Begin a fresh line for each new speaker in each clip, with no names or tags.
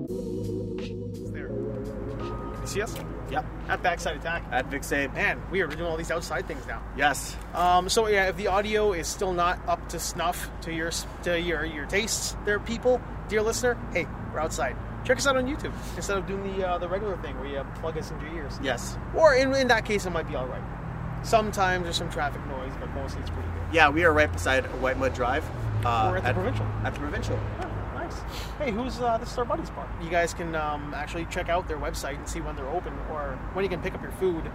It's there. You see us?
Yep.
At backside attack.
At Vic Save.
Man, we are doing all these outside things now.
Yes.
Um, so yeah, if the audio is still not up to snuff to your to your your tastes, there, people, dear listener, hey, we're outside. Check us out on YouTube instead of doing the uh, the regular thing where you uh, plug us into your ears.
Yes.
Or in, in that case, it might be all right. Sometimes there's some traffic noise, but mostly it's pretty good.
Yeah, we are right beside White Mud Drive. Uh,
We're at the Provincial.
At the provincial.
Oh, nice. Hey, who's uh, this is our buddies bar? You guys can um, actually check out their website and see when they're open or when you can pick up your food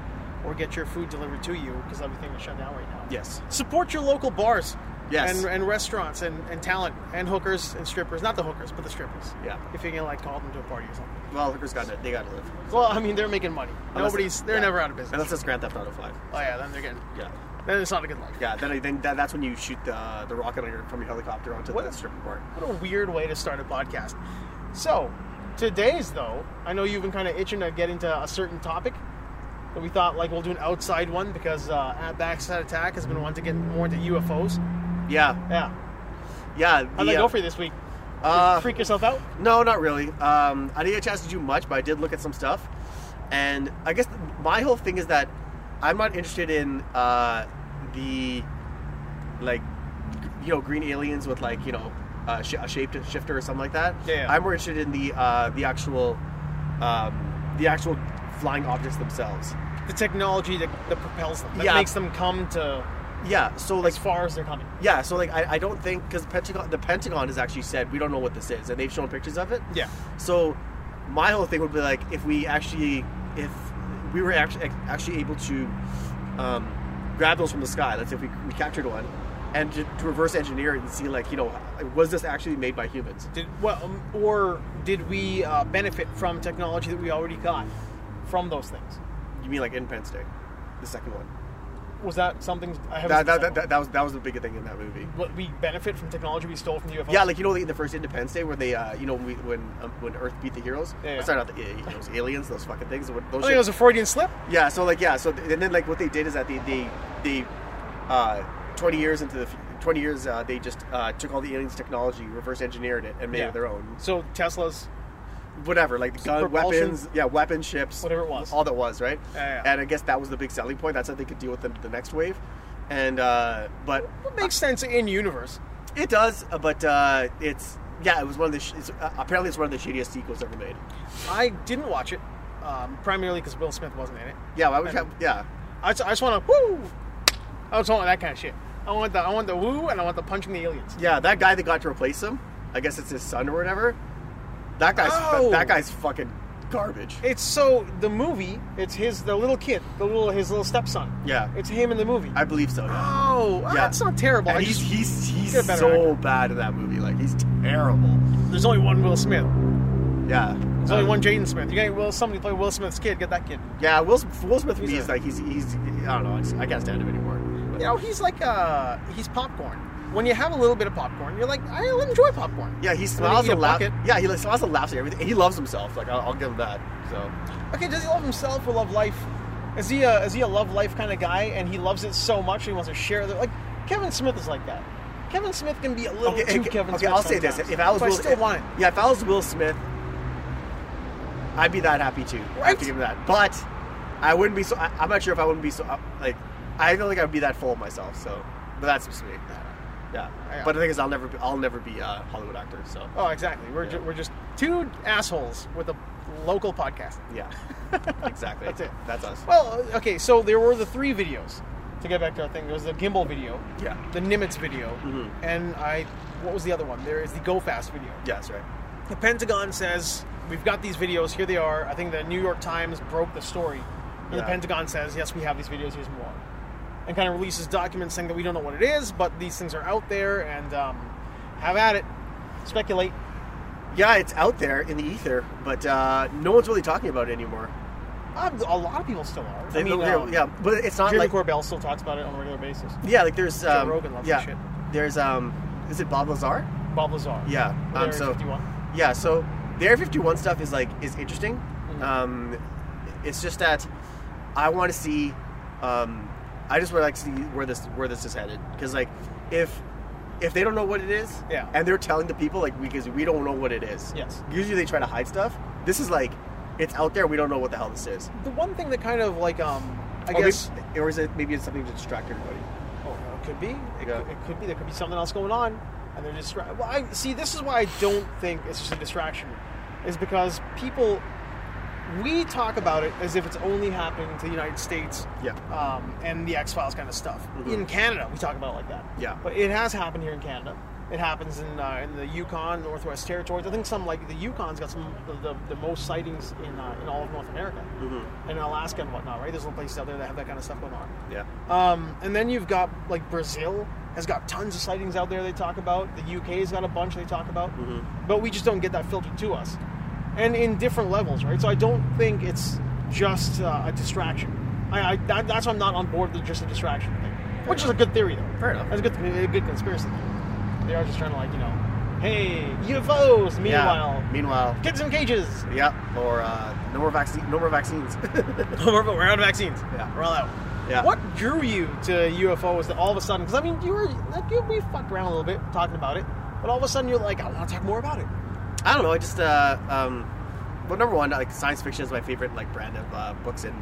or get your food delivered to you because everything is shut down right now.
Yes.
Support your local bars.
Yes.
And, and restaurants and, and talent and hookers and strippers. Not the hookers, but the strippers.
Yeah.
If you can like call them to a party or something.
Well, hookers got to, they got to live.
Well, I mean they're making money.
Unless-
Nobody's they're
yeah.
never out of business.
Unless it's Grand Theft Auto Five.
oh yeah, then they're getting
Yeah.
then it's not a good life.
Yeah. Then, I- then that, that's when you shoot the the rocket on your, from your helicopter onto
What-
the stripper bar.
What a weird way to start a podcast. So, today's though, I know you've been kind of itching to get into a certain topic. But we thought like we'll do an outside one because uh, at Backside Attack has been wanting to get more into UFOs.
Yeah.
Yeah.
Yeah.
How'd
the,
that
uh,
go for you this week?
Uh,
Freak yourself out?
No, not really. Um, I didn't get a chance to do much, but I did look at some stuff. And I guess my whole thing is that I'm not interested in uh, the like you know green aliens with like you know uh, sh- a shape shifter or something like that.
Yeah, yeah.
I'm more interested in the uh, the actual um, the actual flying objects themselves.
The technology that, that propels them, that
Yeah.
makes them come to
Yeah. So like
as far as they're coming.
yeah. So like I, I don't think because Pentagon the Pentagon has actually said we don't know what this is and they've shown pictures of it.
Yeah.
So my whole thing would be like if we actually if we were actually actually able to um, grab those from the sky. Let's say if we, we captured one and to, to reverse engineer it and see like you know was this actually made by humans?
Did well, um, or did we uh, benefit from technology that we already got from those things?
You mean like in Penn State, the second one?
Was that something I haven't?
That
seen
that,
that
that,
one.
that, was that was the bigger thing in that movie.
What we benefit from technology we stole from the UFOs?
Yeah, like you know, the, the first Independence Day, where they, uh, you know, we, when um, when Earth beat the heroes.
Yeah, yeah.
Or sorry, not the uh, those aliens, those fucking things. Those
I think it was a Freudian slip.
Yeah, so like yeah, so th- and then like what they did is that they they they uh, twenty years into the f- twenty years uh, they just uh, took all the aliens' technology, reverse engineered it, and made
Yeah.
it their own.
So Tesla's
Whatever, like gun,
propulsion?
weapons, yeah, weapon ships,
Whatever it was.
all that was right.
Yeah, yeah.
And I guess that was the big selling point. That's how they could deal with the, the next wave. And uh, but
it makes sense in universe.
it does, uh, but uh, it's yeah, it was one of the sh- it's, uh, apparently it's one of the shittiest sequels ever made.
I didn't watch it um, primarily because Will Smith wasn't in it.
Yeah, why would you
And-
have, yeah.
I just, I just want to woo. I just want that kind of shit. I want the I want the woo and I want the punching the aliens.
Yeah, that guy that got to replace him, I guess it's his son or whatever. That guy's
Oh.
that guy's fucking garbage.
It's so the movie. It's his the little kid, the little his little stepson.
Yeah.
it's him in the movie.
I believe so. Yeah.
oh, ah,
Yeah.
that's not terrible.
And
I
he's
just-
he's
get a
he's
better
so bad in that movie. Like he's terrible.
there's only one Will Smith.
Yeah. Um,
There's only one Jaden Smith. You got Will somebody play Will Smith's kid. Get that kid.
Yeah. Will Smith- Will Smith
He's
he's,
a-
like he's he's I don't know. I, just, I can't stand him anymore. But-
You know, he's like uh he's popcorn. When you have a little bit of popcorn, you're like, I'll enjoy popcorn.
yeah,
And
he
then
smiles
you eat
and
a
laughs.
bucket.
Yeah, he like, smiles and laughs at everything. He loves himself. Like I'll, I'll give him that. So
Okay, does he love himself or love life? Is he a is he a love life kind of guy and he loves it so much he wants to share it? Like Kevin Smith is like that. Kevin Smith can be a little too Kevin
okay,
Smith.
I'll say this:
sometimes,
if I was
but
Will,
I still
if-
want it.
Yeah, if I was Will Smith, I'd be that happy too. I have
Right?
to give him that. But I wouldn't be so. I, I'm not sure if I wouldn't be so. uh, Like, I don't think I'd be that full of myself. So, but that's just me. Yeah.
Yeah.
But the thing is, I'll never. Be, I'll never be a Hollywood actor. So.
Oh, exactly. We're
Yeah.
ju- we're just two assholes with a local podcast.
Yeah. Exactly.
That's it.
That's us.
Well, okay. So there were the three videos. To get back to our thing, there was the gimbal video,
Yeah.
the Nimitz video,
Mhm.
and I. What was the other one? There is the Go Fast video.
Yeah, that's right.
The Pentagon says we've got these videos. Here they are. I think the New York Times broke the story. And The
Yeah.
Pentagon says yes, we have these videos. Here's more, and kind of releases documents saying that we don't know what it is, but these things are out there, and um, have at it, speculate.
Yeah, it's out there in the ether, but uh, no one's really talking about it anymore.
Uh, a lot of people still are. I mean,
They're-
um,
yeah, but it's not
Jeremy
like
Corbell still talks about it on a regular basis.
yeah, like there's um,
Rogan loves
yeah,
that shit.
there's um, is it Bob Lazar?
Bob Lazar.
Yeah. Um,
Area
so
51.
yeah. So the Air 51 stuff is like is
Mm-hmm.
interesting.
Mhm.
Um, it's just that I want to see um, I just would like to see where this where this is headed because like if if they don't know what it is,
Yeah.
and they're telling the people like because we don't know what it is.
Yes.
Usually they try to hide stuff. This is like it's out there. We don't know what the hell this is.
The one thing that kind of like um, I
Or
guess
maybe, or is it maybe it's something to distract everybody?
Oh, no, it could be. It,
Yeah.
could, it could be. There could be something else going on, and they're distra- Well, I see. This is why I don't think it's just a distraction, is because people we talk about it as if it's only happening to the United States
Yeah.
um, and the X Files kind of stuff.
Mhm.
In Canada, we talk about it like that.
Yeah.
but it has happened here in Canada. It happens in, uh, in the Yukon, Northwest Territories. I think some like the Yukon's got some of the, the, the most sightings in, uh, in all of North America,
Mhm.
and Alaska and whatnot. Right, there's little places out there that have that kind of stuff going on.
Yeah.
Um, and then you've got like Brazil has got tons of sightings out there they talk about. The UK's got a bunch they talk about,
Mhm.
but we just don't get that filtered to us, and in different levels, right? So I don't think it's just uh, a distraction. I, I that, that's why I'm not on board with just a distraction thing, which is a good theory though.
Fair enough.
That's a good, a good conspiracy theory. They are just trying to like you know, hey UFOs. Meanwhile,
Yeah. Meanwhile.
kids in cages.
Yeah. Or uh, no more vaccine. No more vaccines.
we're, we're out of vaccines.
Yeah.
we're all out.
Yeah.
What drew you to UFOs? That all of a sudden, because I mean, you were like, you, we fucked around a little bit talking about it, but all of a sudden you're like, I want to talk more about it.
I don't know. I just uh, um, well, number one, like science fiction is my favorite like brand of uh, books and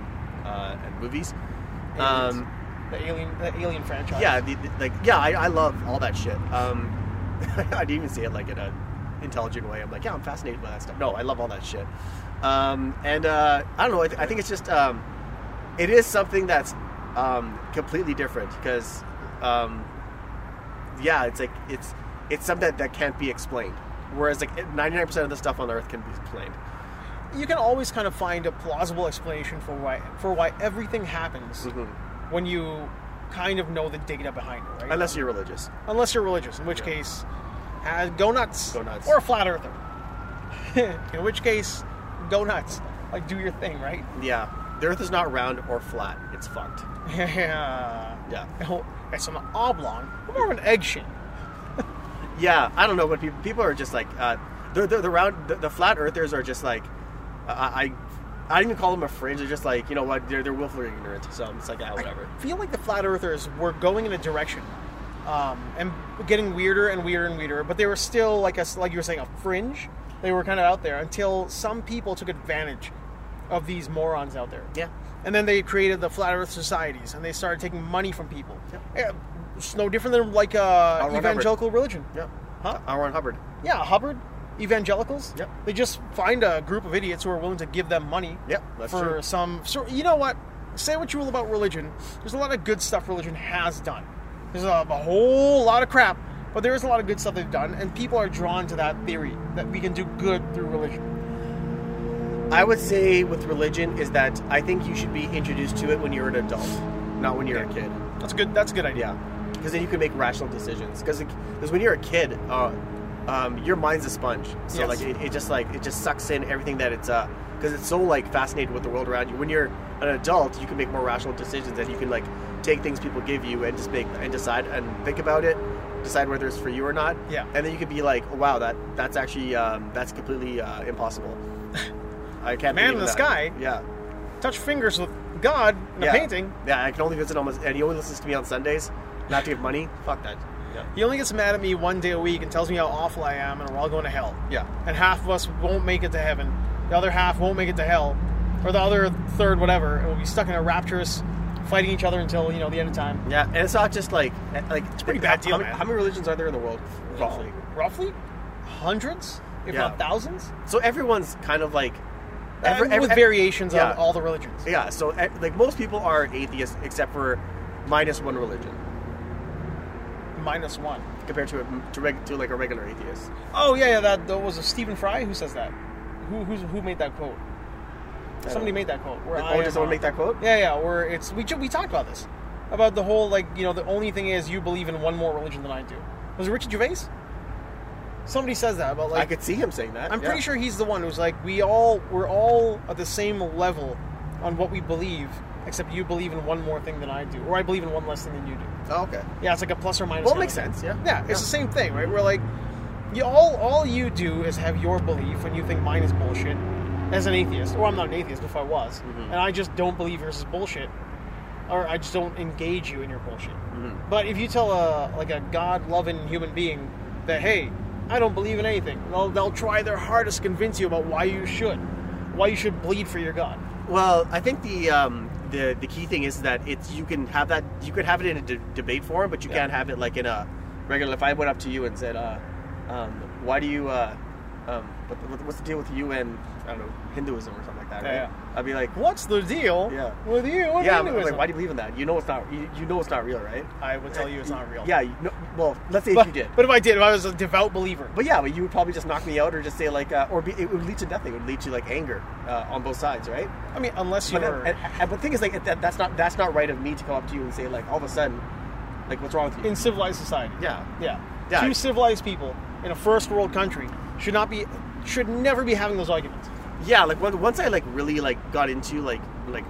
uh, and movies. Um,
the alien, the alien franchise.
yeah, the, the- like yeah, I, I love all that shit. Um, I didn't even say it like in an intelligent way. I'm like, yeah, I'm fascinated by that stuff. No, I love all that shit. Um, and uh, I don't know. I, th- I think it's just um, it is something that's um, completely different because um, yeah, it's like it's it's something that, that can't be explained. Whereas like 99% of the stuff on Earth can be explained.
you can always kind of find a plausible explanation for why for why everything happens
Mhm.
when you kind of know the data behind it, right?
Unless you're religious.
unless you're religious, in which
Yeah.
case, uh, go nuts.
Go nuts.
Or a flat earther, in which case, go nuts. Like do your thing, right?
Yeah. The earth is not round or flat. It's fucked.
Yeah.
Yeah.
Oh, It's an oblong, but more of an egg shape.
Yeah, I don't know what people people are just like uh, the, the the round the, the flat earthers are just like I I, I don't even call them a fringe. They're just like you know what they're they're willfully ignorant. So it's like ah, whatever.
I feel like the flat earthers were going in a direction, um, and getting weirder and weirder and weirder. But they were still like a like you were saying a fringe. They were kind of out there until some people took advantage of these morons out there.
Yeah.
And then they created the flat Earth societies, and they started taking money from people.
Yep.
Yeah, It's no different than like uh,
Ron Hubbard.
evangelical religion.
Yeah.
Huh?
Uh, Ron Hubbard.
Yeah, Hubbard, evangelicals.
Yep.
They just find a group of idiots who are willing to give them money.
Yep, that's
for
true.
some. So you know what? Say what you will about religion. There's a lot of good stuff religion has done. There's a, a whole lot of crap, but there is a lot of good stuff they've done, and people are drawn to that theory that we can do good through religion.
I would say with religion is that I think you should be introduced to it when you're an adult, not when you're a kid.
That's a good. That's a good idea.
Yeah, because then you can make rational decisions. Because when you're a kid, uh, um, your mind's a sponge. So
Yes.
like it, it just like it just sucks in everything that it's uh because it's so like fascinated with the world around you. When you're an adult, you can make more rational decisions and you can like take things people give you and just make and decide and think about it, decide whether it's for you or not.
Yeah.
and then you could be like, oh, wow, that that's actually um, that's completely uh, impossible. I can't.
Man
believe
in the
that.
sky.
Yeah.
Touch fingers with God in
yeah.
a painting.
Yeah, I can only visit almost, and he only listens to me on Sundays. Not to give money. Fuck that. Yeah.
He only gets mad at me one day a week and tells me how awful I am, and we're all going to hell.
Yeah.
and half of us won't make it to heaven. The other half won't make it to hell, or the other third, whatever. And we'll be stuck in a rapturous, fighting each other until you know the end of time.
Yeah, and it's not just like eh, like it's
pretty bad deal,
How,
man.
how many religions are there in the world? Roughly.
roughly, hundreds, if
Yeah.
not thousands,
So everyone's kind of like, every-
And
every-
Uh, with variations
yeah.
on all the religions.
yeah. So eh, like most people are atheists except for minus one religion
Minus one.
compared to a, to, reg, to like a regular atheist.
Oh yeah, yeah. That, that was a Stephen Fry who says that. Who who's, who made that quote?
don't
Somebody
know.
made that quote. Where
Like,
I
oh,
am,
did someone
uh,
make that quote?
Yeah, yeah. Where it's we ju- we talked about this about the whole like you know the only thing is you believe in one more religion than I do. Was it Richard Gervais? Somebody says that about like
I could see him saying that.
I'm
yeah.
pretty sure he's the one who's like, we all we're all at the same level on what we believe, except you believe in one more thing than I do, or I believe in one less thing than you do.
Oh, okay.
Yeah, it's like a plus or minus.
Well, it
kind
makes
of thing.
sense. Yeah.
Yeah, it's the same thing, right? We're like, you all all you do is have your belief, and you think mine is
Mm-hmm.
bullshit. As an atheist, or I'm not an atheist, but if I was, and I just don't believe yours is bullshit, or I just don't engage you in your bullshit.
Mhm.
But if you tell a like a God loving human being that hey, I don't believe in anything, they'll they'll try their hardest to convince you about why you should, why you should bleed for your God.
Well, I think the um, the the key thing is that it's you can have that you could have it in a de- debate forum, but you
Yeah.
can't have it like in a regular. If I went up to you and said, uh, um, "Why do you? Uh, um, what, what- what's the deal with you and I don't know Hinduism or something like that?" Right?
Yeah,
I'd be like,
What's the deal
Yeah.
with you? and
"Yeah, I'm
Hinduism?
like, why do you believe in that? You know it's not you, you know it's not real, right?"
I would tell you it's not real.
Yeah. You, no, well, let's say
but,
if you did.
but if I did, if I was a devout believer,
But yeah, but you would probably just knock me out, or just say like, uh, or be, it would lead to nothing. It would lead to like anger uh, on both sides, right?
I mean, unless you
But,
were
and, and, but the thing is, like, that, that's not that's not right of me to come up to you and say, like, all of a sudden, like, what's wrong with you?
in civilized society.
yeah,
Yeah.
Yeah.
Two civilized people in a first world country should not be should never be having those arguments.
yeah. Like, when, once I like really like got into like like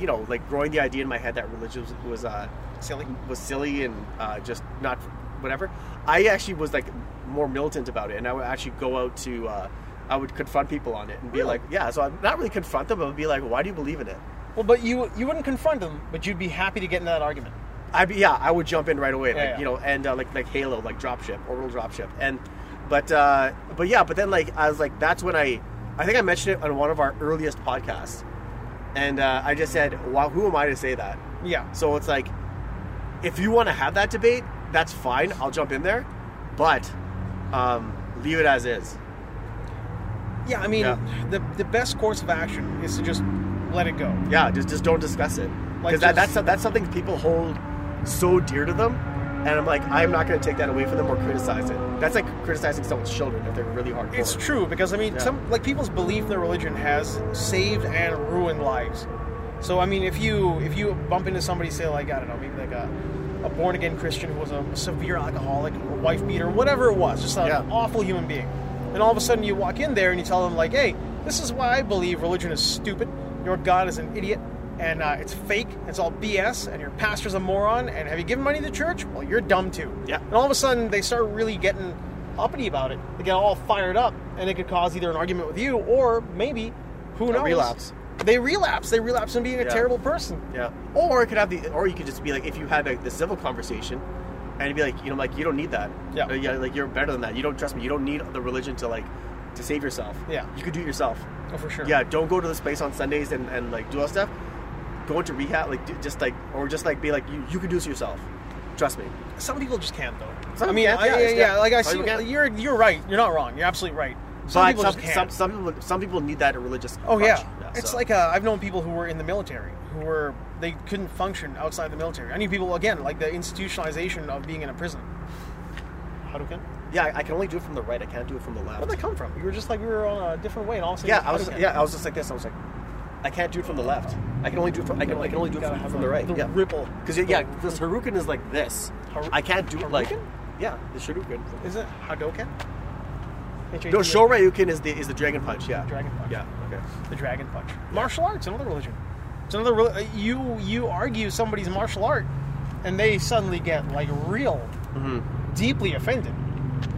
you know like growing the idea in my head that religion was, was uh
Silly.
was silly and uh, just not whatever. I actually was like more militant about it, and I would actually go out to uh, I would confront people on it and be
Really?
like, yeah. So I'm not really confront them, but I'd be like, why do you believe in it?
Well, but you you wouldn't confront them, but you'd be happy to get in that argument.
I be, yeah, I would jump in right away, like
Yeah, yeah.
you know, and uh, like like Halo, like dropship, orbital dropship, and but uh, but yeah, but then like I was like, that's when I, I think I mentioned it on one of our earliest podcasts, and uh, I just said, wow, who am I to say that?
Yeah.
So it's like, if you want to have that debate, that's fine. I'll jump in there, but um, leave it as is.
Yeah. I mean,
Yeah.
the the best course of action is to just let it go.
Yeah, just just don't discuss it
Like,
because that,
just-
that's that's something people hold so dear to them, and I'm like, I'm not going to take that away from them or criticize it. That's like criticizing someone's children if they're really hardcore.
It's true because I mean,
Yeah.
some like people's belief in their religion has saved and ruined lives. So I mean, if you if you bump into somebody, say like I don't know, maybe like a, a born again Christian who was a severe alcoholic, a wife beater, whatever it was, just an
Yeah.
awful human being, and all of a sudden you walk in there and you tell them like, hey, this is why I believe religion is stupid. Your God is an idiot. And uh, it's fake. It's all BS. And your pastor's a moron. And have you given money to the church? Well, you're dumb too.
Yeah.
And all of a sudden, they start really getting uppity about it. They get all fired up, and it could cause either an argument with you or maybe, who
A
knows?
relapse.
They relapse. They relapse in being a
Yeah.
terrible person.
Yeah. Or it could have the, or you could just be like, if you had like, the civil conversation, and you'd be like, you know, like you don't need that.
Yeah.
Uh, yeah. Like you're better than that. You don't trust me. You don't need the religion to like to save yourself.
Yeah.
You could do it yourself.
Oh, for sure.
Yeah. Don't go to this place on Sundays and, and like do all stuff. Go into rehab, like do, just like or just like be like you, you could do this yourself. Trust me.
Some people just can't though.
Some
I mean,
can't,
I-
yeah,
yeah,
it's
yeah,
def-
Like I
some
see,
people can't.
you're you're right. You're not wrong. You're absolutely right. Some
but
people
some,
just can't.
some some people some people need that religious.
Oh
crutch.
yeah, it's
so.
like uh, I've known people who were in the military who were they couldn't function outside the military. I knew people again like the institutionalization of being in a prison. Hadouken.
yeah. I- I can only do it from the right. I can't do it from the left.
Where'd that come from? You were just like we were on a different way, and all of a sudden,
Yeah, I was.
Hadouken.
Yeah, I was just like this. I was like, I can't do it from the left. I can only do it from. I can, I can only do it
Gotta
from,
have
from
a-
the right.
the
yeah.
ripple.
Because yeah, this Harukan is like this.
Har-
I can't do it like.
Harukan?
Yeah, the Shoryuken.
Is it Hadouken?
No, Shoryuken is the is the dragon punch. Yeah.
Dragon punch.
Yeah. Okay.
The dragon punch. Martial arts, another religion. It's another. reli- uh, You you argue somebody's martial art, and they suddenly get like real,
Mm-hmm.
deeply offended.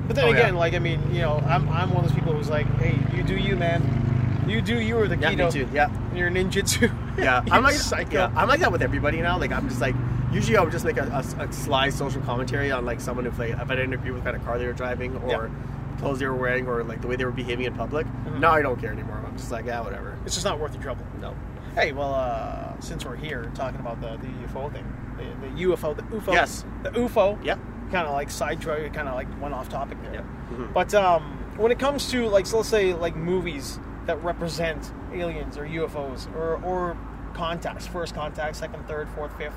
But then
Oh, yeah.
again, like I mean, you know, I'm, I'm one of those people who's like, hey, you do you, man. You do you or the
Yeah, me
keto.
too. Yeah.
You're ninjutsu.
Yeah,
You're
I'm like
psycho.
yeah, I'm like that with everybody now. Like I'm just like usually I would just make a, a- a sly social commentary on like someone if like if I didn't agree with kind of car they were driving or clothes they were wearing or like the way they were behaving in public.
Mm-hmm.
Now I don't care anymore. I'm just like yeah, whatever.
It's just not worth the trouble.
No.
Hey, well, uh, since we're here talking about the, the UFO thing, the, the UFO, the UFO,
Yes.
the UFO,
Yeah.
kind of like sidetracked, kind of like went off topic there.
Yeah. Mhm.
But um, when it comes to like, so let's say like movies that represent aliens or UFOs or or contacts, first contact, second, third, fourth, 5th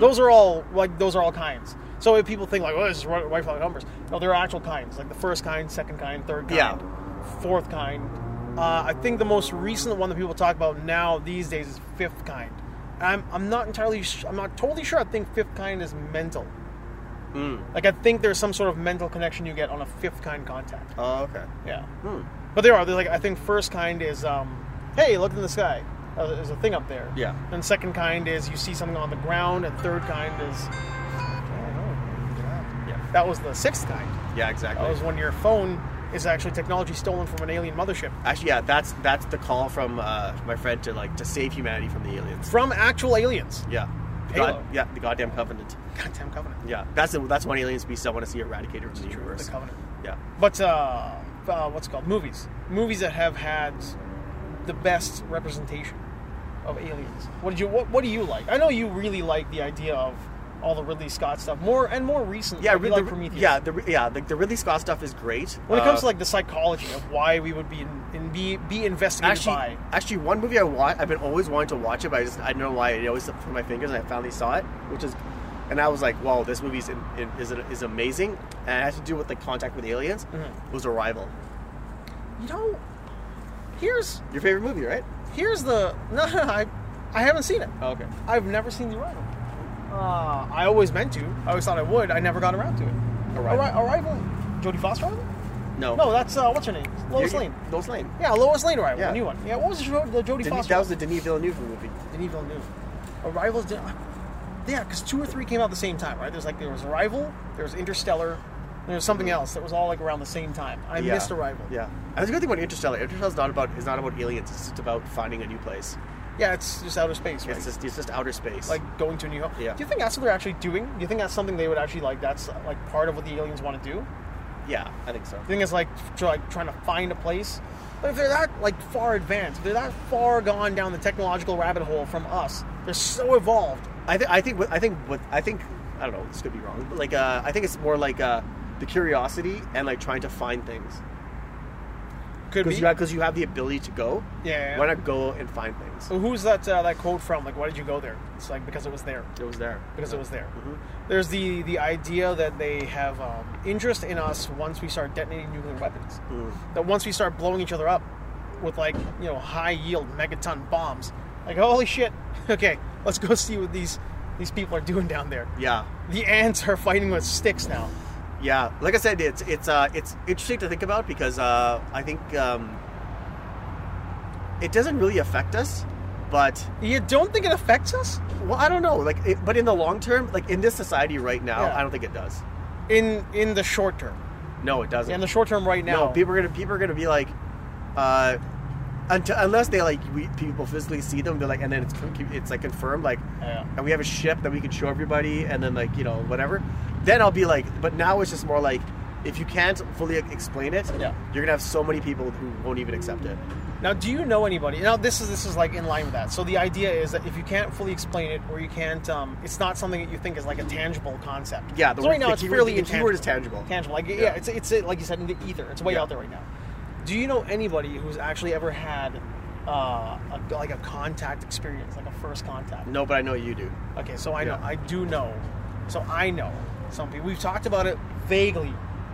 Those are all like those are all kinds. So if people think like, oh, this is wi- Wi-Fi numbers, no, there are actual kinds, like the first kind, second kind, third kind,
Yeah.
fourth kind. Uh, I think the most recent one that people talk about now these days is fifth kind. I'm, I'm not entirely sh- I'm not totally sure. I think fifth kind is mental.
Mm.
Like I think there's some sort of mental connection you get on a fifth kind contact.
Oh okay.
Yeah,
Hmm.
but there are. There's like I think first kind is um, hey, look in the sky. Uh, there's a thing up there.
Yeah.
And second kind is you see something on the ground, and third kind is. I don't know.
Yeah.
That was the sixth kind.
Yeah. Exactly.
That was when your phone is actually technology stolen from an alien mothership.
Actually, yeah, that's that's the call from uh, my friend to like to save humanity from the aliens.
From actual aliens.
Yeah, The
Halo.
yeah, the goddamn covenant.
Goddamn Covenant.
Yeah, that's the, that's one alien species I want to see eradicated from the
The
universe.
Covenant.
yeah,
But uh, uh, what's it called movies? Movies that have had the best representation of aliens. What did you? What, what do you like? I know you really like the idea of all the Ridley Scott stuff. More and more recently,
yeah,
like, you
Rid-
like
the,
Prometheus.
yeah, the, yeah, like the Ridley Scott stuff is great.
When it comes
Uh,
to like the psychology of why we would be in, in be be investigated
Uh,
by.
actually, actually, one movie I watch, I've been always wanting to watch it, but I just I don't know why it always slipped through my fingers, and I finally saw it, which is, and I was like, wow, this movie is in, in, is is amazing, and it has to do with like contact with aliens.
Mhm.
Was Arrival
You know, here's
your favorite movie, right?
here's the no, I I haven't seen it.
Oh, okay.
I've never seen the Arrival. Uh, I always meant to. I always thought I would. I never got around to it.
Arrival.
Arri- Arrival. Jodie Foster. Arrival?
No,
No, that's uh, what's her name? Lois Lane.
Lois Lane.
Yeah, Lois Lane Arrival,
Yeah.
the new one. Yeah, what was the, show- the Jodie
Denis,
Foster?
that was the Denis Villeneuve movie.
Denis Villeneuve. Arrivals did. Yeah, because two or three came out at the same time, right? There's like there was Arrival, there was Interstellar, and there was something else that was all like around the same time. I
Mm-hmm. Yeah.
missed Arrival.
Yeah, and that's a good thing about Interstellar. Interstellar's not about is not about aliens. It's just about finding a new place.
Yeah, it's just outer space, right?
It's just it's just outer space.
like going to a new home.
Yeah.
Do you think that's what they're actually doing? Do you think that's something they would actually like? That's uh, like part of what the aliens want to do.
yeah, I think so.
The thing is like tr- like trying to find a place. But if they're that like far advanced, if they're that far gone down the technological rabbit hole from us, they're so evolved.
I think I think what I think what I think I don't know. This could be wrong. But like uh, I think it's more like uh, the curiosity and like trying to find things
Could be.
because you because you have the ability to go.
Yeah, yeah, yeah.
Why not go and find things?
So who's that uh, that quote from? Like, why did you go there? It's like because it was there.
It was there.
Because it was there.
Mhm.
There's the the idea that they have um, interest in us once we start detonating nuclear weapons.
Mm.
That once we start blowing each other up with like you know high yield megaton bombs, like holy shit. Okay, let's go see what these these people are doing down there.
Yeah.
The ants are fighting with sticks now.
Yeah, like I said, it's it's uh, it's interesting to think about because uh, I think um, it doesn't really affect us, but
You don't think it affects us?
well, I don't know, like, it, but in the long term, like in this society right now,
Yeah.
I don't think it does.
In in the short term.
No, it doesn't.
In the short term, right now.
no, people are gonna people are gonna be like, uh, until, unless they like we, people physically see them, they're like, and then it's con- it's like confirmed, like,
Yeah.
and we have a ship that we can show everybody, and then like you know whatever. Then I'll be like, but now it's just more like. If you can't fully explain it,
Yeah.
you're gonna have so many people who won't even accept it.
Now, do you know anybody? Now, this is this is like in line with that. So the idea is that if you can't fully explain it, or you can't, um, it's not something that you think is like a tangible concept.
Yeah, the
so
word-
right now
the
it's
keyword-
fairly
the
intangible.
keyword is tangible.
Tangible, like yeah,
Yeah.
it's it's uh, like you said in the ether. It's way
Yeah.
out there right now. Do you know anybody who's actually ever had uh, a, like a contact experience, like a first contact?
No, but I know you do.
Okay, so I know,
Yeah.
I do know, so I know some people. We've talked about it vaguely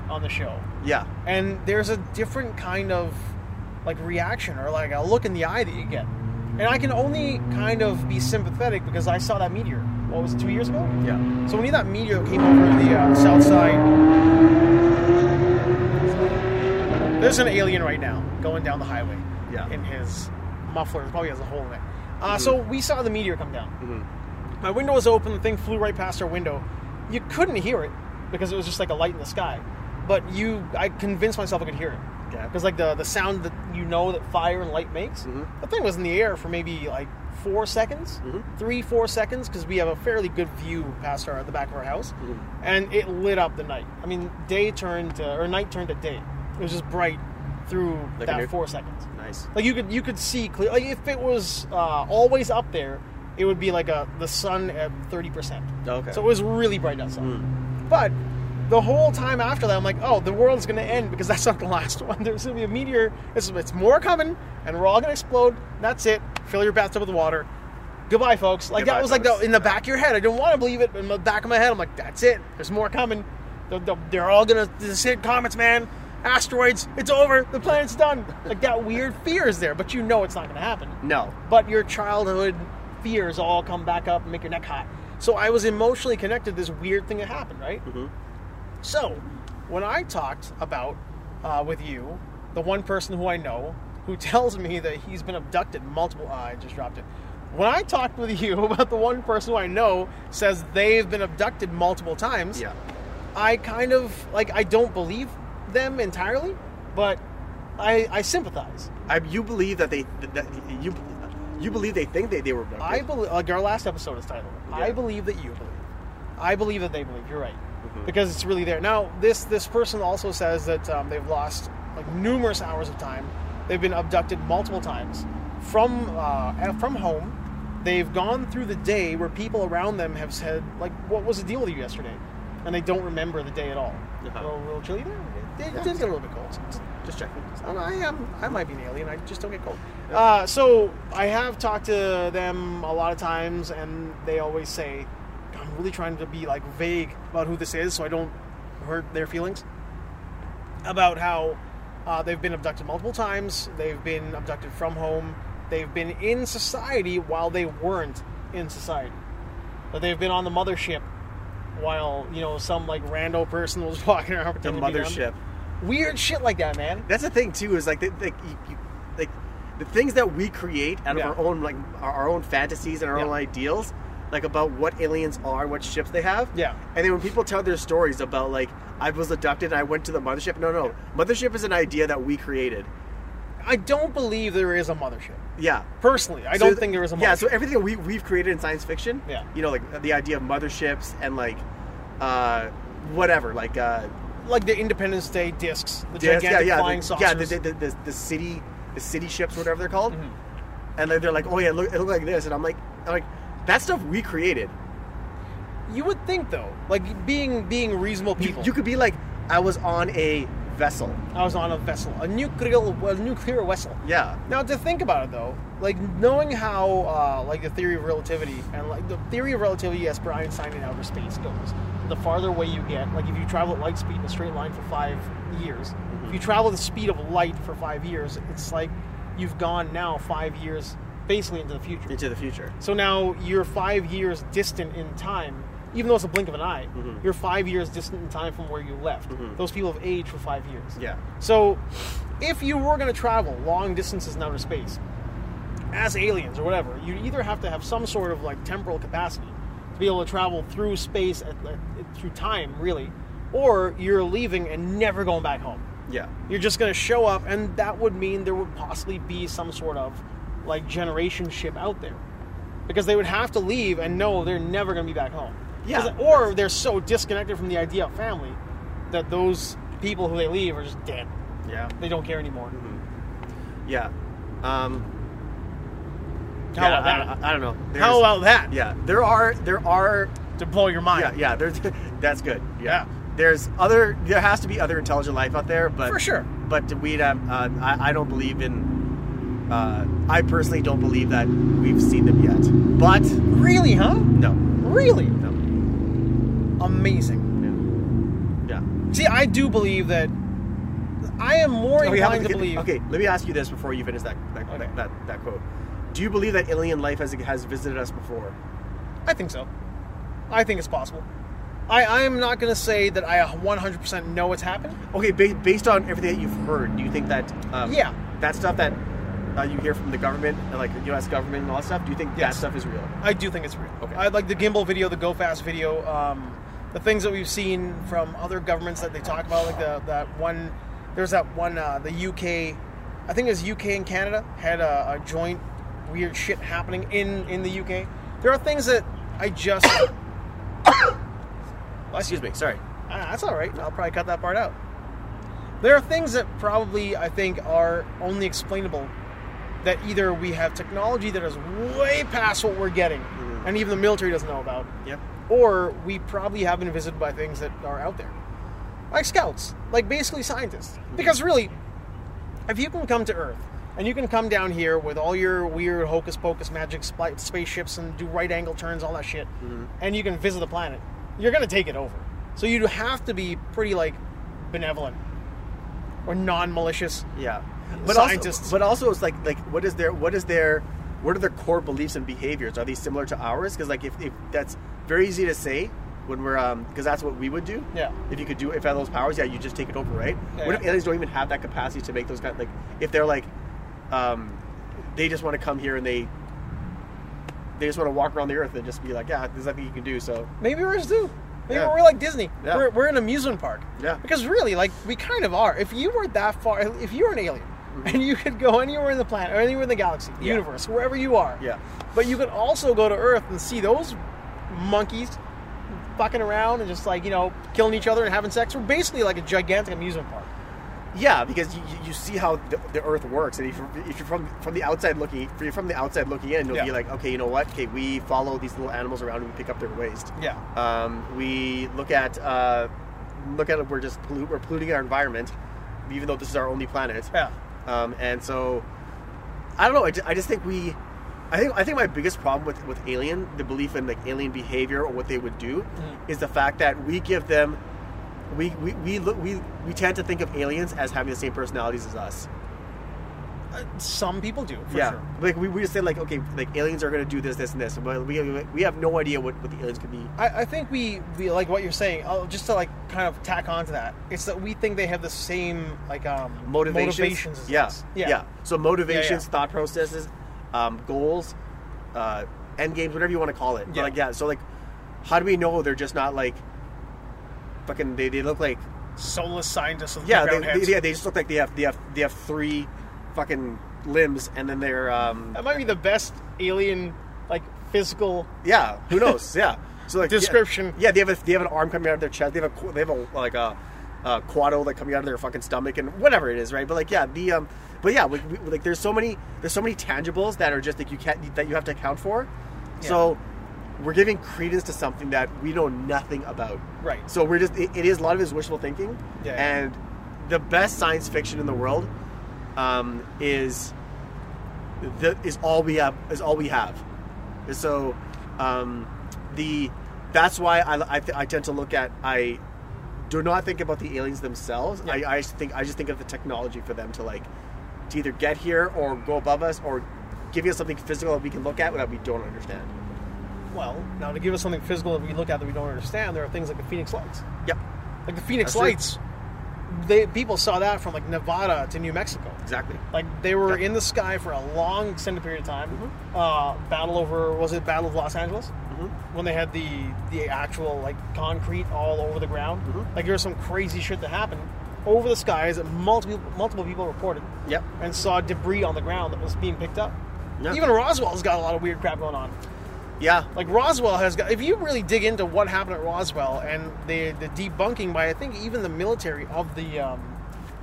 on the show
Yeah,
and there's a different kind of like reaction or like a look in the eye that you get and i can only kind of be sympathetic because i saw that meteor what was it two years ago
yeah.
so when you that meteor that came over the uh, south side there's an alien right now going down the highway
Yeah. Mm-hmm.
in his muffler it probably has a hole in it uh, so we saw the meteor come down
hmm
my window was open. The thing flew right past our window. You couldn't hear it because it was just like a light in the sky. But you, I convinced myself I could hear it
Yeah.
because like the the sound that you know that fire and light makes.
Mhm.
The thing was in the air for maybe like four seconds,
Mhm.
Mm-hmm. three four seconds, because we have a fairly good view past our the back of our house,
Mhm.
and it lit up the night. I mean, day turned to, or night turned to day. It was just bright through
Like a
that
new-
four seconds.
Nice.
Like you could you could see clear. Like if it was uh, always up there, it would be like a the sun at thirty percent.
Okay.
So it was really bright outside.
Mm.
But the whole time after that, I'm like, oh, the world's gonna end because that's not the last one. There's gonna be a meteor. It's, it's more coming, and we're all gonna explode. That's it. Fill your bathtub with water. Goodbye, folks. Like that
Goodbye,
was like the,
folks.
in the back of your head. I didn't want to believe it, but in the back of my head, I'm like, that's it. There's more coming. They're, they're- they're all gonna just hit comets, man. Asteroids. It's over. The planet's done. Like that weird fear is there, but you know it's not gonna happen
No.
but your childhood fears all come back up and make your neck hot. So I was emotionally connected to this weird thing that happened, right?
Mhm.
So when I talked about uh, with you, the one person who I know who tells me that he's been abducted multiple, uh, I just dropped it. When I talked with you about the one person who I know says they've been abducted multiple times,
Yeah.
I kind of like I don't believe them entirely, but I I sympathize.
I, you believe that they that you you believe they think they, they were abducted.
I believe, like our last episode is titled, I
Yeah.
believe that you believe. I believe that they believe. You're right,
Mhm.
because it's really there. Now, this this person also says that um, they've lost like numerous hours of time. They've been abducted multiple times from uh, and from home. They've gone through the day where people around them have said, like, "What was the deal with you yesterday?" And they don't remember the day at all.
Uh-huh.
A little, little chilly there. It, it did get a little bit cold.
just checking.
I, don't know, I am. I might be an alien. I just don't get cold. Uh, so I have talked to them a lot of times, and they always say, "I'm really trying to be like vague about who this is, so I don't hurt their feelings." About how uh, they've been abducted multiple times. They've been abducted from home. They've been in society while they weren't in society. But they've been on the mothership while you know some like rando person was walking around.
The
pretending to be them.
mothership.
Weird shit like that, man.
That's the thing too. Is like they, like you, you, like the things that we create out
Yeah.
of our own like our, our own fantasies and our own
Yeah.
ideals, like about what aliens are and what ships they have.
Yeah.
And then when people tell their stories about like I was abducted and I went to the mothership. No, no, mothership is an idea that we created.
I don't believe there is a mothership.
Yeah.
Personally, I
So
don't
th-
think there is a mothership.
Yeah, so everything we we've created in science fiction,
Yeah.
you know, like the idea of motherships and like uh whatever, like uh
like the Independence Day discs, the
discs, yeah,
gigantic
yeah,
flying
the, yeah, the,
saucers.
the, the, the, the city the city ships, whatever they're called.
Mm-hmm.
And like, they're like, "Oh yeah, look, it looked like this." And I'm like, I'm like that stuff we created.
you would think though, like being being reasonable
You,
people.
you could be like, "I was on a vessel."
I was on a vessel, a nuclear a nuclear vessel.
Yeah.
Now to think about it though, like knowing how uh, like the theory of relativity and like the theory of relativity as per Einstein in outer space goes, the farther away you get, like if you travel at light speed in a straight line for five years, if
Mhm.
you travel the speed of light for five years, it's like you've gone now five years basically into the future.
Into the future.
So now you're five years distant in time, even though it's a blink of an eye. You're five years distant in time from where you left. Those people have aged for five years.
Yeah.
So, if you were going to travel long distances in outer space, as aliens or whatever, you either have to have some sort of like temporal capacity to be able to travel through space at, at, through time, really, or you're leaving and never going back home.
Yeah.
You're just going to show up, and that would mean there would possibly be some sort of like generation ship out there because they would have to leave and know they're never going to be back home.
Yeah.
'Cause- Or they're so disconnected from the idea of family that those people who they leave are just dead.
Yeah.
They don't care anymore.
Yeah. Um
How
yeah,
about that?
I, I, I don't know.
How
There's-
about that?
Yeah, there are there are
To blow your mind.
yeah yeah there's that's good
Yeah.
yeah. There's other there has to be other intelligent life out there, but
For sure.
But we uh, uh, I, I don't believe in. Uh, I personally don't believe that we've seen them yet. But
Really, huh?
no,
Really?
no,
Amazing.
yeah.
See, I do believe that I am more
Okay, how
inclined
about-
to believe.
okay, let me ask you this before you finish that that,
Okay.
that, that that quote. Do you believe that alien life has has visited us before?
I think so. I think it's possible. I, I am not going to say that I 100% know it's happened.
Okay, ba- based on everything that you've heard, do you think that um,
Yeah.
that stuff that uh, you hear from the government, uh, like the U.S. government and all that stuff, do you think that stuff is real?
I do think it's real.
Okay.
I like the gimbal video, the Go Fast video, um, the things that we've seen from other governments that they talk about, like the that one. There's that one. Uh, the UK, I think it was UK and Canada had a, a joint weird shit happening in in the UK. There are things that I just.
Excuse me, sorry.
Ah, that's all right. I'll probably cut that part out. There are things that probably I think are only explainable that either we have technology that is way past what we're getting,
Mhm.
and even the military doesn't know about,
Yep.
or we probably have been visited by things that are out there, like scouts, like basically scientists. Because really, if you can come to Earth and you can come down here with all your weird hocus pocus magic spli- spaceships and do right angle turns, all that shit, and you can visit the planet, you're gonna take it over. So you have to be pretty like benevolent or non-malicious.
Yeah.
Scientists.
also, but also, it's like like what is their what is their what are their core beliefs and behaviors? Are these similar to ours? Because like if, if that's very easy to say when we're um because that's what we would do.
Yeah.
If you could do if I had those powers, yeah, you just take it over, right?
Yeah.
What if aliens don't even have that capacity to make those kind like if they're like um they just want to come here and they they just want to walk around the earth and just be like, yeah, there's nothing you can do. So
Maybe ours do. Maybe
Yeah.
we're like Disney.
Yeah.
We're, we're an amusement park.
Yeah.
Because really, like, we kind of are. If you were that far, if you were an alien and you could go anywhere in the planet or anywhere in the galaxy, the
Mm-hmm. Yeah.
universe, wherever you are,
Yeah.
but you could also go to Earth and see those monkeys fucking around and just like, you know, killing each other and having sex. We're basically like a gigantic amusement park.
Yeah, because you, you- you see how the, the Earth works, and if you're, if you're from from the outside looking, if you're from the outside looking in, you'll
Yeah.
be like, okay, you know what? Okay, we follow these little animals around and we pick up their waste.
Yeah.
Um, we look at uh, look at it, we're just pollu- we're polluting our environment, even though this is our only planet.
Yeah.
Um, and so, I don't know. I just, I just think we, I think I think my biggest problem with with Alien, the belief in like alien behavior or what they would do,
Mhm.
is the fact that we give them, we we we look, we we tend to think of aliens as having the same personalities as us.
Uh, some people do, for
yeah.
sure.
Like we, we just say like okay, like aliens are gonna do this, this, and this, but we we have no idea what, what the aliens could be.
I, I think we, we like what you're saying. Oh, just to like kind of tack on to that, it's that we think they have the same like um,
motivations.
motivations as
yeah.
us.
yeah, So motivations, thought processes, um, goals, uh, end games, whatever you want to call it. But
Yeah.
like yeah. So like, how do we know they're just not like fucking? They, they look like
Soulless scientists. With
yeah. They,
brown
they,
heads.
yeah. They just look like they have they have they have three fucking limbs, and then they're um,
That might be the best alien like physical.
yeah. Who knows? yeah. So like yeah.
Description.
Yeah, they have a, they have an arm coming out of their chest. They have a qu- they have a like a. Uh, quado like coming out of their fucking stomach and whatever it is, right? But like, yeah, the um, but yeah, like, we, like there's so many there's so many tangibles that are just like you can't that you have to account for. So we're giving credence to something that we know nothing about.
Right.
So we're just it, it is a lot of it is wishful thinking.
Yeah.
And the best science fiction in the world um, is the is all we have is all we have. And So um, the that's why I I, th- I tend to look at I do not think about the aliens themselves.
Yeah.
I, I just think I just think of the technology for them to like to either get here or go above us or giving us something physical that we can look at that we don't understand.
Well, now to give us something physical that we look at that we don't understand, there are things like the Phoenix Lights.
Yep.
Like the Phoenix
That's true.
Lights, they people saw that from like Nevada to New Mexico.
Exactly.
Like they were
Yeah. Mm-hmm.
in the sky for a long extended period of time. Uh, battle over was it Battle of Los Angeles when they had the the actual like concrete all over the ground.
Mhm.
Like there was some crazy shit that happened over the skies. that Multiple multiple people reported
Yep.
and saw debris on the ground that was being picked up.
Yeah.
Even Roswell's got a lot of weird crap going on.
Yeah.
Like Roswell has got. If you really dig into what happened at Roswell and the the debunking by I think even the military of the um,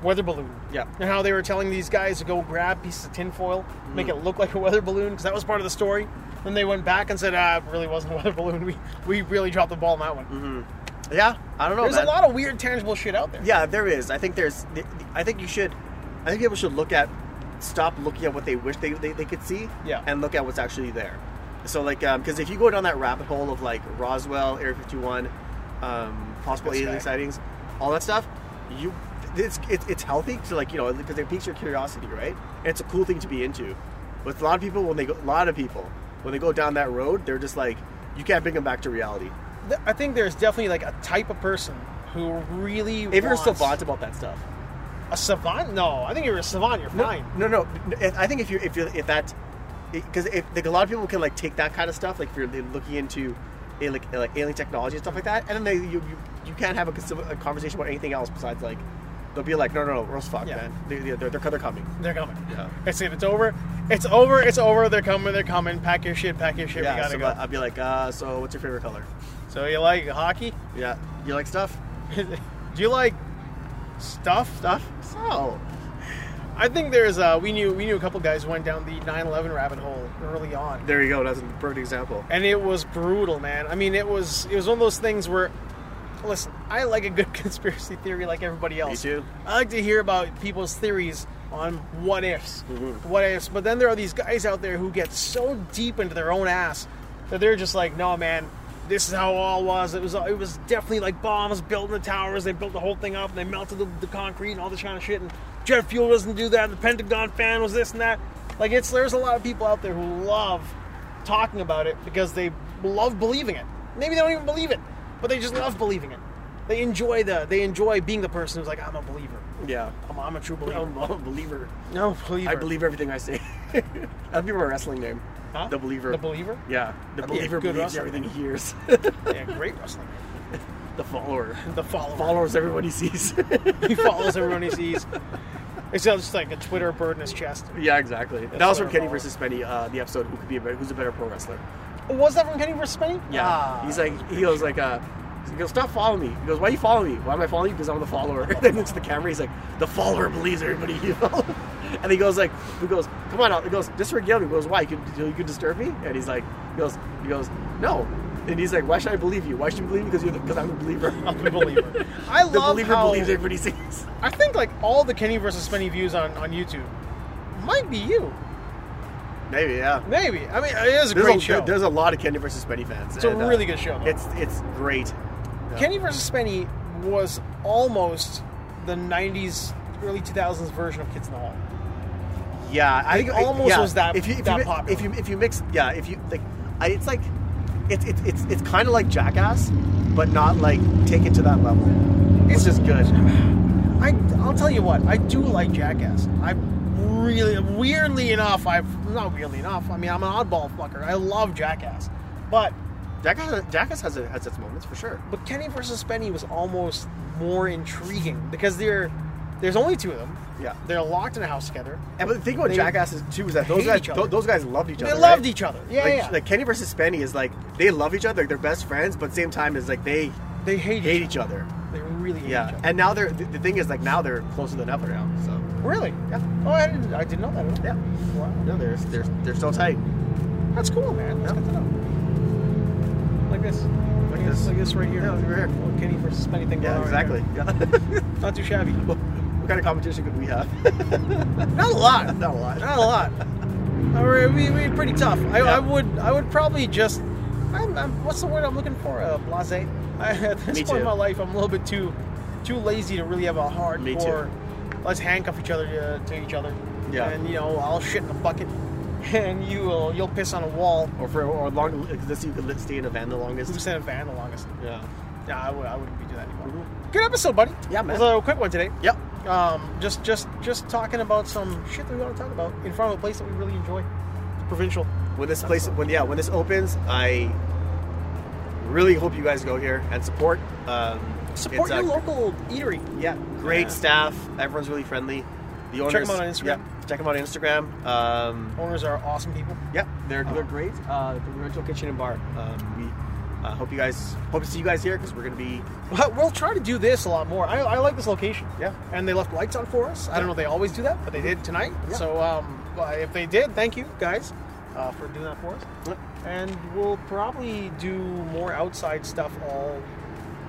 weather balloon.
Yeah.
And how they were telling these guys to go grab pieces of tinfoil,
Mm.
make it look like a weather balloon, because that was part of the story. Then they went back and said, "Ah, it really wasn't a weather balloon. We we really dropped the ball on that one."
Yeah. I don't know.
There's
Mm-hmm. Oh, man.
a lot of weird tangible shit out there.
Yeah, there is. I think there's. I think you should. I think people should look at, stop looking at what they wish they, they, they could see,
Yeah.
and look at what's actually there. So like, because if you go down that rabbit hole of like Roswell, Area 51, um, possible
This
alien
guy.
sightings, all that stuff, you, it's it's, it's healthy to like you know because it piques your curiosity, right? And it's a cool thing to be into. But a lot of people when they go, a lot of people when they go down that road, they're just like, you can't bring them back to reality.
Th- I think there's definitely like a type of person who really
If you're
wants
still savant about that stuff.
a savant. No, I think you're a savant. You're
No,
fine.
No, no. no, if- I think if you if you if that because if like a lot of people can like take that kind of stuff, like if you're looking into eh, like eh, like alien technology and stuff like that, and then they you you, you can't have a, cons- a conversation about anything else besides like they'll be like, no, no, no, we're fucked,
Yeah.
man. They, they, they're they're they're coming.
They're coming.
Yeah.
It's it. It's over. It's over. It's over. They're coming. They're coming. Pack your shit. Pack your shit. we
yeah.
gotta
So
go.
I'll be like, uh, so what's your favorite color?
so you like hockey?
Yeah. You like stuff?
Do you like stuff?
Stuff? So.
I think there's. Uh, we knew. We knew a couple guys who went down the 9/11 rabbit hole early on,
There you go. That's a perfect example.
and it was brutal, man. I mean, it was. It was one of those things where. Listen, I like a good conspiracy theory, like everybody else.
too.
I like to hear about people's theories on what ifs,
Mm-hmm.
what ifs. But then there are these guys out there who get so deep into their own ass that they're just like, no, man, this is how it all was. It was it was definitely like bombs built in the towers. They built the whole thing up and they melted the, the concrete and all this kind of shit. And jet fuel doesn't do that. And the Pentagon fan was this and that. Like it's there's a lot of people out there who love talking about it because they love believing it. Maybe they don't even believe it, but they just love believing it. They enjoy the they enjoy being the person who's like, I'm a believer.
Yeah.
I'm, I'm a true believer.
I'm a believer.
no believer.
I believe everything I say. That'd be my wrestling name.
Huh?
The believer.
The believer.
Yeah,
That'd be
the
a
believer
good
believes
wrestler.
everything he hears.
yeah, great wrestling.
the follower.
The follower.
Follows everyone he sees.
he follows everyone he sees. Except it's like a Twitter bird in his chest.
yeah, exactly. that
what
was from
I
Kenny
follow.
versus Penny, uh, the episode who could be a better, who's a better pro wrestler.
Was that from Kenny versus Penny?
Yeah.
Ah.
he's like he goes like uh he goes, stop following me. He goes, why you follow me? Why am I following you? Because I'm the follower. And then it's the camera. He's like, the follower believes everybody you follow. And he goes like, he goes, come on out. He goes, disregard me. He goes, why? You could, you could disturb me? And he's like, he goes, he goes, no. And he's like, why should I believe you? Why should you believe me? Because you're because I'm a believer.
I'm a believer. I
the
love
believer
how
believes everybody sees.
I think like all the Kenny versus Penny views on, on YouTube might be you.
Maybe yeah.
Maybe. I mean, it is a
There's
great
a,
show.
there's a lot of Kenny versus Penny fans. uh,
It's a really good show, though.
It's it's great. Yeah.
Kenny versus Penny was almost the '90s, early 2000s version of Kids in the Hall.
Yeah, I
It
think
almost was that-
If you if
that
you, mi-
popular.
if you if you mix, yeah, if you like, I, it's like it's it's it's, it's kind of like Jackass, but not like take it to that level. It's just good.
I, I'll tell you what, I do like Jackass. I really, weirdly enough, I've not weirdly enough. I mean, I'm an oddball fucker. I love Jackass, but
Jackass Jackass has a, has its moments for sure.
but Kenny versus Penny was almost more intriguing because they're there's only two of them.
Yeah.
They're locked in a house together.
And but the thing about
They
Jackass is too is that those
hate
guys
each other.
th- those guys loved each
They
other.
loved
right?
each other. Yeah,
like,
yeah.
like Kenny versus Penny is like they love each other, like they're best friends, but same time is like they
they hate,
hate
each
each other.
other. They really hate each
Yeah,
other.
and now they're the, the thing is like now they're closer than ever now. So
really?
Yeah.
Oh, I didn't, I didn't know that.
yeah,
Wow.
no, they're they're they're still tight.
That's cool, man. That's
Yeah.
good to know. Like this. Like,
this.
Like this right here.
Yeah, over here.
Little Kenny versus Penny thing.
Yeah,
going on right
exactly.
here.
Yeah.
Not too shabby.
what kind of competition could we have?
Not a lot.
Not a lot.
Not a lot. I mean, we we pretty tough. I,
Yeah.
I would I would probably just. I'm, I'm, what's the word I'm looking for? Uh, blase. I, at this
Me
point in
too.
my life, I'm a little bit too too lazy to really have a
Me
hardcore. Let's handcuff each other to, to each other.
Yeah.
And you know, I'll shit in a bucket, and you will you'll piss on a wall.
Or for or long, let's see, you could stay in a van the
Who
longest.
sent a van the longest?
Yeah.
Yeah, I, would, I wouldn't be doing that anymore. Good episode, buddy.
Mm-hmm. Yeah, man.
It was a quick one today.
Yep.
Um, just just just talking about some shit that we want to talk about in front of a place that we really enjoy, the provincial.
When this place, when yeah, when this opens, I really hope you guys go here and support. Um,
Support
it's a-
your local eatery.
Yeah, great
Yeah.
staff. Everyone's really friendly. The owners,
'em out on Instagram.
Yeah, check them out on Instagram. Um,
Owners are awesome people.
yeah, they're
Oh.
they're great. Uh, the Provincial Kitchen and Bar. Um, we uh, hope you guys hope to see you guys here because we're gonna be
But we'll try to do this a lot more. I, I like this location.
Yeah.
And they left lights on for us. I don't know if they always do that, but they did tonight.
Yeah.
So um, but if they did, thank you guys uh, for doing that for us. And we'll probably do more outside stuff all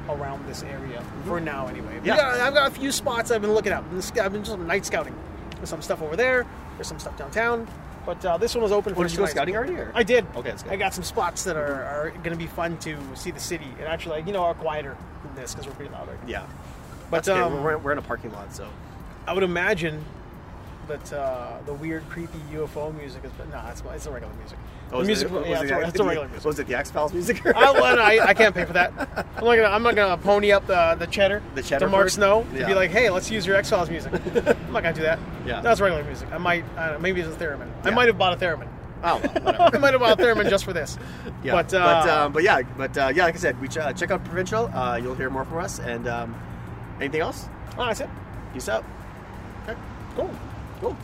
around this area for now, anyway. We
Mm-hmm. Yeah.
got- I've got a few spots I've been looking up. This- I've been just night scouting. There's some stuff over there. There's some stuff downtown. But uh, this one was open
Oh,
for
did you go
tonight's-
scouting already? Or?
I did.
Okay, that's good.
I got some spots that are, are going to be fun to see the city and actually, like, you know, are quieter than this because we're pretty loud right now.
Yeah.
But
Okay,
um,
we're, we're in a parking lot, so
I would imagine that uh, the weird, creepy UFO music is. But no, it's, it's the regular music.
Oh,
the
is
music,
it- was
yeah,
it
it's,
the-
it's the regular music.
Was it the X Files music? Oh,
I, well, no, I, I can't pay for that. I'm not gonna, I'm not gonna pony up the, the cheddar,
The cheddar
to Mark
bird?
Snow to be
Yeah.
like, hey, let's use your X Files music. I'm not gonna do that.
Yeah.
that's regular music. I might, I don't know, maybe it's a theremin. I
Yeah.
might have bought a theremin.
oh, well,
I
whatever.
might have bought a theremin just for this.
Yeah.
But, uh,
but, um, but yeah, but uh, yeah, like I said, we ch- uh, check out Provincial. Uh, you'll hear more from us. And um, anything else?
oh, that's it.
Peace out.
Okay, cool.
Cool.